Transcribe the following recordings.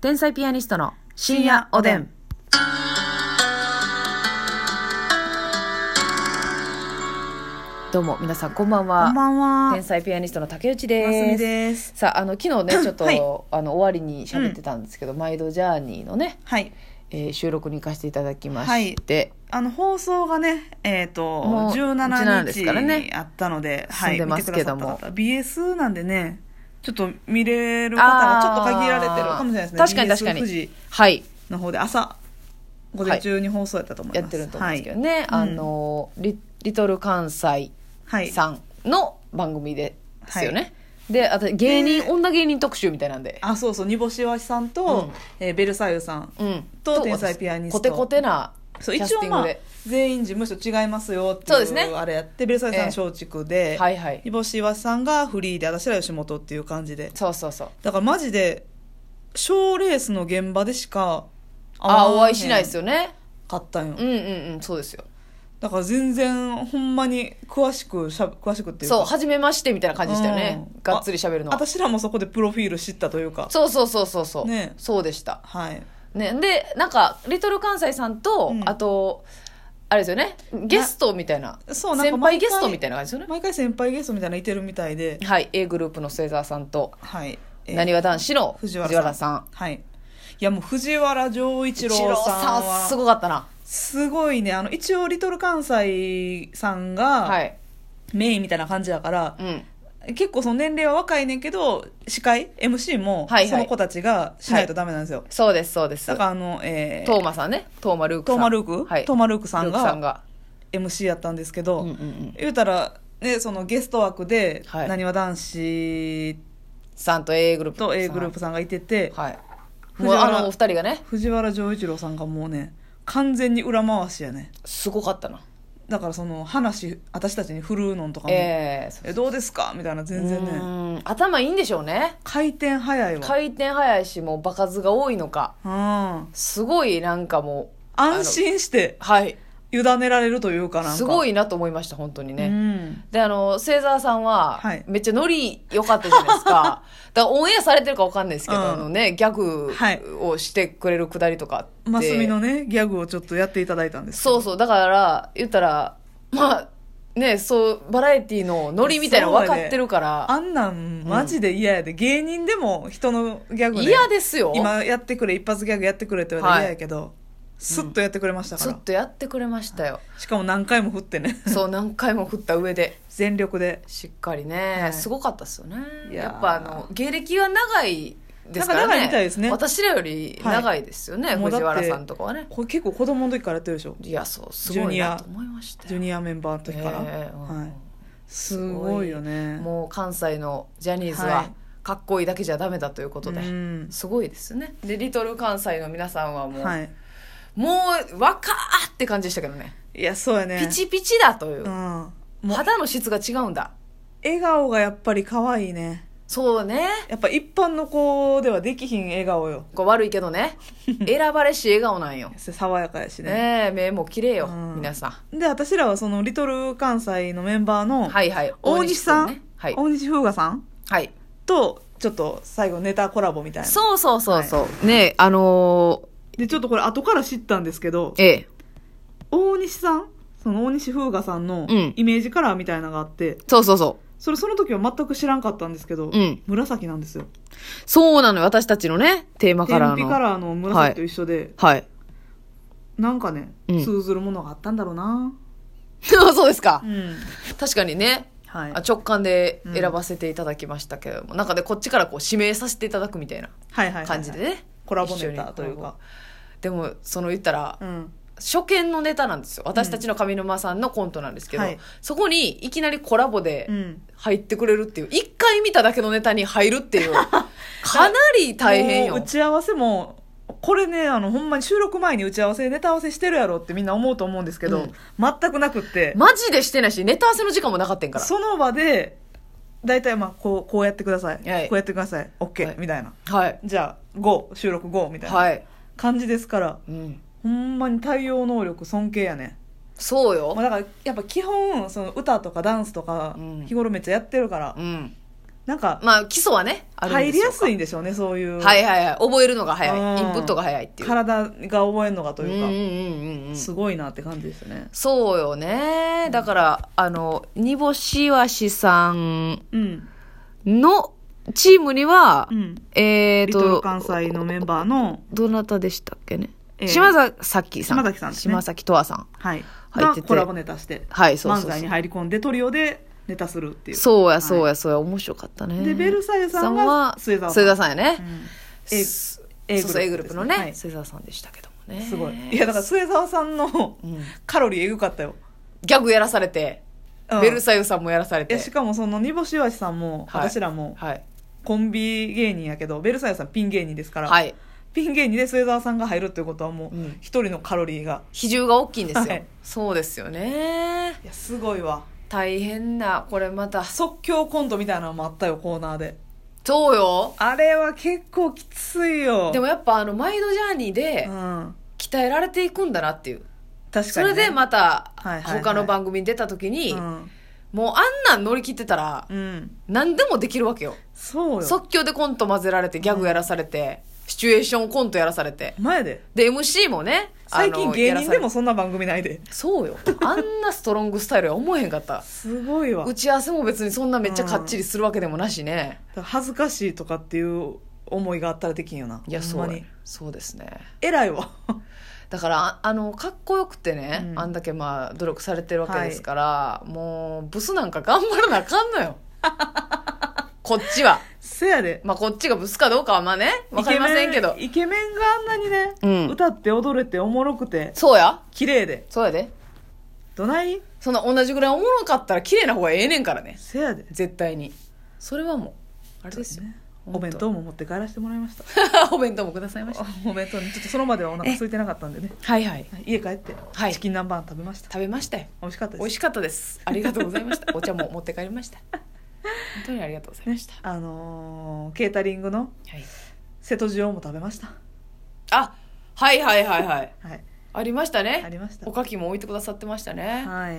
天才ピアニストの深夜おでん。どうも皆さんこんばんは。こんばんは。天才ピアニストの竹内ますみです。です。さああの昨日 ねちょっと、はいあの終わりに喋ってたんですけど、毎度ジャーニーのね、はい。えー収録に行かせていただきまして、あの放送がね、えっ、ともう17 17です日からねにあったので、進んでますけども見てくださった方 BS なんでね、ちょっと見れる方はちょっと限られてるかもしれないですね。あー確かに確かに BS 富士はいの方で朝午前中に放送やったと思いやまっす。てると思うんですけどね。ね、はいあのリリトル関西はい。さんの番組でですよね。はであと芸人で女芸人特集みたいなんで、あ、そうそう、煮干しわしさんうとん、えーベルサイユさん。うん、と天才ピアニストコテコテなキそうャ一ステ応ィンまグあで、全員事務所違いますよってそうでいすうねあれやって、ベルサイユさん松竹で、はいはい煮干しわしさんがフリーで私ら吉本っていう感じでそうそうそうだからマジで賞ーレースの現場でしかあお会いしないですよよねかったんようんうんうんそうですよだから全然ほんまに詳しくしゃ詳しくっていうかそう初めましてみたいな感じでしたよね、うんがっつり喋るのは私らもそこでプロフィール知ったというかそうそうそうそうそう、ねそうでしたはいねでなんかリトル関西さんと、うんあとあれですよねゲストみたいなそうなんか先輩毎回ゲストみたいな感じですよね毎回先輩ゲストみたいなのいてるみたいではい、A グループの末澤さんと、はいなにわ男子の藤藤原さん原さん。はいいやもう藤原丈一郎さんさんはすごかったな。すごいねあの一応リトル関西さんがはい。メインみたいな感じだから、うん。結構その年齢は若いねんけど司会 MC もはいはいその子たちがしないとダメなんですよ、そうです、そうです。だからあの、えー、トーマさんね。トーマルークさトん。ーマルーク、はい。トーマルークさんルークさんがが。 MC やったんですけうんど、うんうん。言うたら、ね、そのゲスト枠ではいなにわ男子さんと A グループ。と A グループさんがいてて、はい。もう藤あ原のお二人がね、藤原丈一郎さんがもうね完全に裏回しやねすごかったな。だからその話私たちに振るうのんとかも、えええどうですかみたいな全然うねーん頭いいんでしょうね。回転早いわ回転早いし、もう場数が多いのか。うんすごいなんかもう。安心してあの。はい。委ねられるというかなんかすごいなと思いました、本当にね。うんであの末澤さんは、はいめっちゃノリ良かったじゃないです かだからオンエアされてるか分かんないですけど、うんあのね、ギャグはいをしてくれるくだりとかあってマスミのねギャグをちょっとやっていただいたんですけどそうそうだから言ったらまあねそうバラエティのノリみたいなの分かってるから、あんなんマジで嫌やで、芸人でも人のギャグね嫌ですよ今やってくれ一発ギャグやってくれって言われたら嫌やけど、スッとやってくれましたかずら、っとやってくれましたよしかも何回も振ってねそう何回も振った上で 全力でしっかりね、はいすごかったですよねいやーやっぱあの芸歴が長いですからねなんか長いみたいですね私らより長いですよね、はいもうだっ藤て原さんとかはねこれ結構子供の時からやってるでしょいやそうすジごュいニアなと思いましたよジュニアメンバーの時から、ええうんはい、すごいよねもう関西のジャニーズははいかっこいいだけじゃダメだということで、うんすごいですねでリトル関西の皆さんはもう、はいもう若ーって感じでしたけどねいやそうやねピチピチだといううん、もう肌の質が違うんだ笑顔がやっぱり可愛いねそうねやっぱ一般の子ではできひん笑顔よこう悪いけど ね選ばれし笑顔なんよ爽やかやしねねえ目も綺麗よ、うん皆さで私らはそのリトル関西のメンバーんのはいはい大西さん、君ねはい、大西風雅さんはい、とちょっと最後ネタコラボみたいなそうそうそうそう、ねえあのでちょっとこれ後から知ったんですけどーええ大西さんその大西風雅さんのうんイメージカラーみたいなのがあって、そうそうそうそれその時は全く知らんかったんですけうど、ん紫なんですよそうなのよ、私たちのね、テーマカ天ラー日の。カラーの紫と一緒で、はい。 なんかね、うん通ずるものがあったんだろうなそうですかう。ん確かにね、はいあ直感で選ばせていただきましたけれども、なんかでこっちからこう指名させていただくみたいなはいはいはいはい感じでね。コラボネタと一緒いうかに。コラボでも、その言ったら、うん初見のネタなんですよ。私たちの上沼さんのコントなんですけど、はいそこにいきなりコラボでうん入ってくれるっていう、一回見ただけのネタに入るって いう、かなり大変もうよ打。ち合わせもこれねあのほんまに収録前に打ち合わせネタ合わせしてるやろってみんな思うと思うんですけうど、ん全くなくって、マジでしてないし、ネタ合わせの時間もなかったんから。その場で大体まあこうこうやってください、はいこうやってください OK、はいみたいなはい。じゃあ GO 収録 GO みたいなはい。感じですからうん。ほんまに対応能力尊敬やねそうよまあ。だからやっぱ基本その歌とかダンスとかうん日頃めっちゃやってるから、うん。なんかまあ基礎はねあるんで入りすよやすいんでしょうねそういう、はいはいはい覚えるのが早いうんインプットが早いっていう体が覚えるのがとうんいううんか、うんうんうんすごいなって感じですねそうよねだからあの煮干しわしさんうんのチームには、うんえっ、リトルと関西のメンバーのどなたでしたっけね、えー島崎さん島崎さんですね島崎とわさんはい入っがててコラボネタしてはいそう漫そう才そうに入り込んでトリオでネタするっていうそうやそうはやそうや面白かったねいでベルサイユさんは末澤末さ澤んさんやね、うんえ A- そう A そう A グループのね、はい末澤さんでしたけどもねすごいいやだから末澤さんの うんカロリーえぐかったよ、ギャグやらされて、うんベルサイユさんもやらされいてやしかもその煮干しわしさんも、はい私らもはいコンビ芸人やけどベルサイユさんピン芸人ですから、はいピン芸人で末澤さんが入るってことはもううん一人のカロリーが比重が大きいんですよ、はいそうですよねいやすごいわ大変なこれまた即興コントみたいなのもあったよコーナーでそうよあれは結構きついよでもやっぱあのマインドジャーニーでうん、鍛えられていくんだなっていう確そかにね、れでまたはいはいはい他の番組に出た時に、うん、もうあんなん乗り切ってたらうん、何でもできるわけよそうよ即興でコント混ぜられてギャグやらされて、シチュエーションコントやらされて前でで MC もねあの最近芸やら人されでもそんな番組ないでそうよあんなストロングスタイルは思えへんか ったすごいわ打ち合わせも別にそんなめっちゃかっちりするわけでもなしね、恥ずかしいとかっていう思いがあったらできんよないやそほんうまやにそうですね偉いわだからああのかっこよくてね、うんあんだけまあ努力されてるわけですから、もうブスなんか頑張らなあかんのよ こっちはせやでまあこっちがブスかどうかはまあねわかりませんけどイケメンイケメンがあんなにね、うん歌って踊れておもろくてそうや綺麗でそうやでどないそんな同じぐらいおもろかったら綺麗な方がええねんからねせやで絶対にそれはもうあれですよ、ねほんとお弁当も持って帰らせてもらいました お弁当もくださいました お弁当にちょっとそのまではお腹空いてなかったんでねはいはい家帰って、はいチキン南蛮食べました食べましたよ美味しかったです美味しかったですありがとうございま したお茶も持って帰りました本当にありがとうございました、ねあのーケータリングのはい、瀬戸塩も食べましたあはいはいはいはいはいありましたねありましたおかきも置いてくださってましたね、は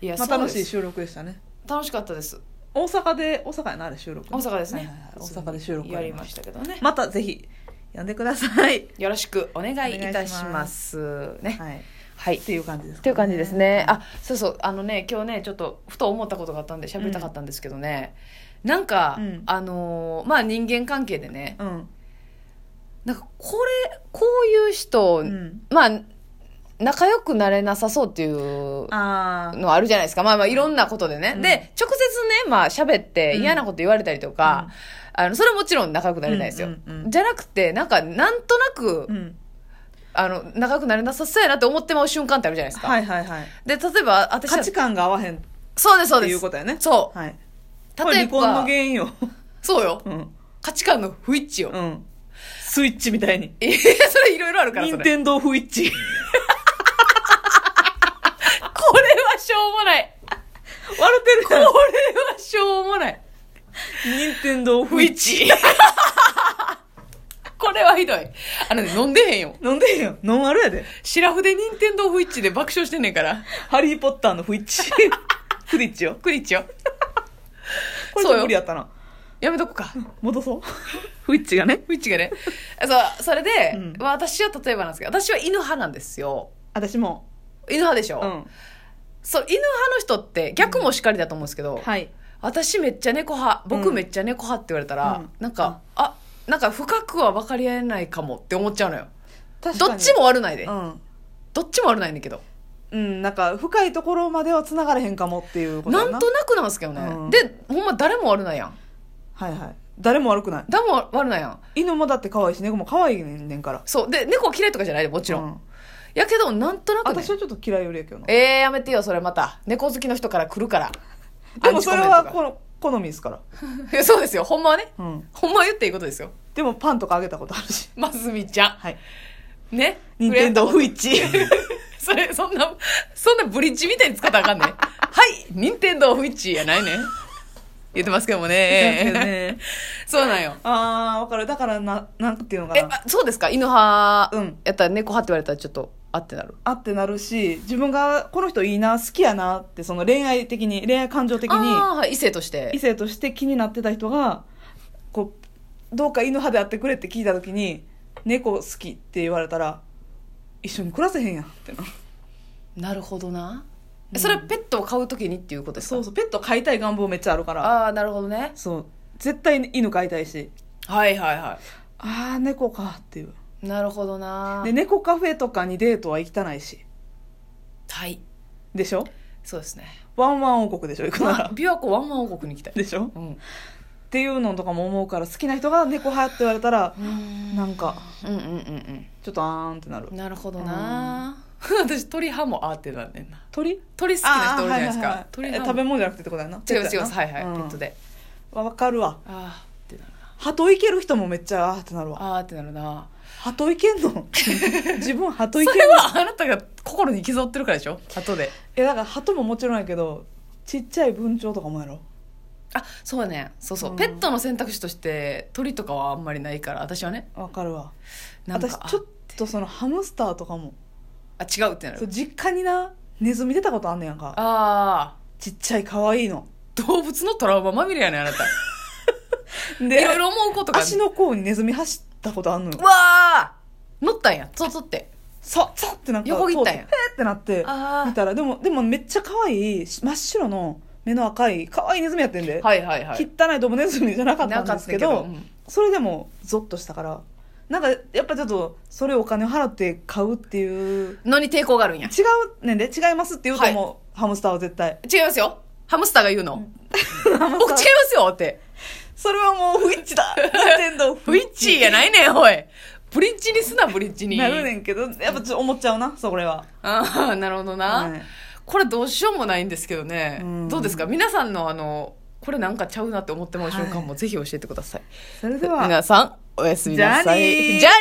い、い、や、まあ、そう楽でしいす収録でしたね楽しかったです大阪で大阪やなあれ収録大阪ですね、はいはいはい大阪で収録やりましたけどね、またぜひ呼んでください、よろしくお願いいたしますねはい、っはいていう感じですか、ね、っていう感じですね。あ、そうそう、あのね、今日ね、ちょっとふと思ったことがあったんで、喋りたかったんですけどね。なんか、うんあのーまあ、人間関係でね、うんなんか、これ、こういう人、うんまあ、仲良くなれなさそうっていう。ああのあるじゃないですか。まあまあいろんなことでね。うんで、直接ね、まあ喋ってうん嫌なこと言われたりとか、あの、それはもちろん仲良くなれないですよ。うんうんうんじゃなくて、なんか、なんとなく、うんあの、仲良くなれなさそうやなって思ってまう瞬間ってあるじゃないですか。はいはいはいで、例えば、私は価値観が合わへんっそうです、そうてでいうすこ。とやねそう。はいこれ例え離婚ばの原、因よ そうよ。うん価値観の不一致 よ。うんスイッチみたいにええ、それいろいろあるから、そ任れ。天堂不一致これはしょうもない。笑ってるこれやんはしょうもない。任天堂不不一一致。 これはひどい。あのね、飲んでへんよ。 致飲んでへんよノンアルやで白筆任天堂不一致で爆笑してんねんから。ハリー・ポッターの不一致不一致よクリッチよ。これそうよ無理やったなやめとこか。戻そう不一致がね不一致がね。そう、それで、うんまあ私は例えばなんですけど、私は犬派なんですよ。私も犬派でしょ、うんそう、犬派の人って逆もしかりだと思うんですけど、はい私めっちゃ猫派、僕うんめっちゃ猫派って言われたら、うんなんか、あ、なんか深くは分かり合えないかもって思っちゃうのよ。確かにどっちも悪ないで。うん、どっちも悪ないんだけど。うん、なんか深いところまでは繋がれへんかもっていうことなやんとなくなんですけどね。うんで、ほんま誰も悪ないやん。はいはい誰も悪くない誰も悪ないやん。犬もだって可愛いし猫も可愛いねんねんからもそう。で、猫は嫌いとかじゃないで、もちろん。うん、やけど、なんとなく、ね私。はちょっと嫌いよりやけどなえー、やめてよ、それまた。猫好きの人から来るから。 でもそれアはンチこの好みですから、コメントがいやそうですよ、ほんまはね。うん、ほんまは言っていいことですよ。でもパンとかあげたことあるしますみちゃはいん。ね。任天堂触不れ合っ一致た それ、そんな、そんなブリッジみたいに使ったらあかん ね。はい、任天堂不一致やないね。言ってますけども言ってますけどねね。そうなんよ。ああわかるだからななんていうのかえ、なあそうですか犬派うんやったら猫派って言われたらちょっと。あってなるあってなるし自分がこの人いいな好きやなってその恋愛的に恋愛感情的にああ異性として異性として気になってた人がこうどうか犬派であってくれって聞いた時に猫好きって言われたら一緒に暮らせへんやんってななるほどな、うんそれはペットを飼う時にっていうことですかそうそうペット飼いたい願望めっちゃあるからああなるほどねそう絶対に犬飼いたいしはいはいはああ猫かっていういなるほどなで猫カフェとかにデートは行きたないしはいでしょそうですねワンワン王国でしょ行くなまあら琵琶湖ワンワン王国に行きたいでしょっうんていうのとかも思うから好きな人が猫派って言われたらなんかうんうんうんちょっとあーんってなるうんなるほどな 私鳥派もあーってなんねんな鳥鳥好きな人おるじゃないですあーはいはいはいか鳥え派食べも物じゃなくてってことやな違う違うはいはいペうんットでわわかるわあーってなるな鳩いける人もめっちゃあーってなるわあーってなるな鳩いけ んの自分鳩いけそんのれはあなたが心に刻ってるからでしょ後でえだから鳩ももちろんやけどちっちゃい文鳥とかもやろあそうやねそうそう、うんペットの選択肢として鳥とかはあんまりないから私はねわかるわなんか私ちょっとそのハムスターとかもあ違うってなそうる実家になネズミ出たことあんねやんかああちっちゃい可愛いの動物のトラウマまみれやねあなたでいろいろ思うことが足の甲にネズミ走ったことあんのようわあ乗ったんやそうそうってささってなんか横切ったんや通てペーってなってあー見たらでもでもめっちゃ可愛いし真っ白の目の赤い可愛いネズミやってんで、はいはいはい汚いドブネズミじゃなかったんですけどなかったけどうんそれでもゾッとしたからなんかやっぱちょっとそれをお金を払って買うっていうのに抵抗があるんや違うねんで違いますって言うと思う、ハムスターは絶対違いますよハムスターが言うの、ハムス僕違いタまーすよってそれはもう不一 致だ任天堂ブリッジやないねんおいブリッジにすなブリッジに なるねんけどやっぱちょっと思っちゃうなそれは、ああなるほどな、はいこれどうしようもないんですけどね、うんどうですか皆さんのあのこれなんかちゃうなって思ってもらう瞬間もぜひ教えてください、それでは皆さんおやすみなさいじゃあねーじゃあね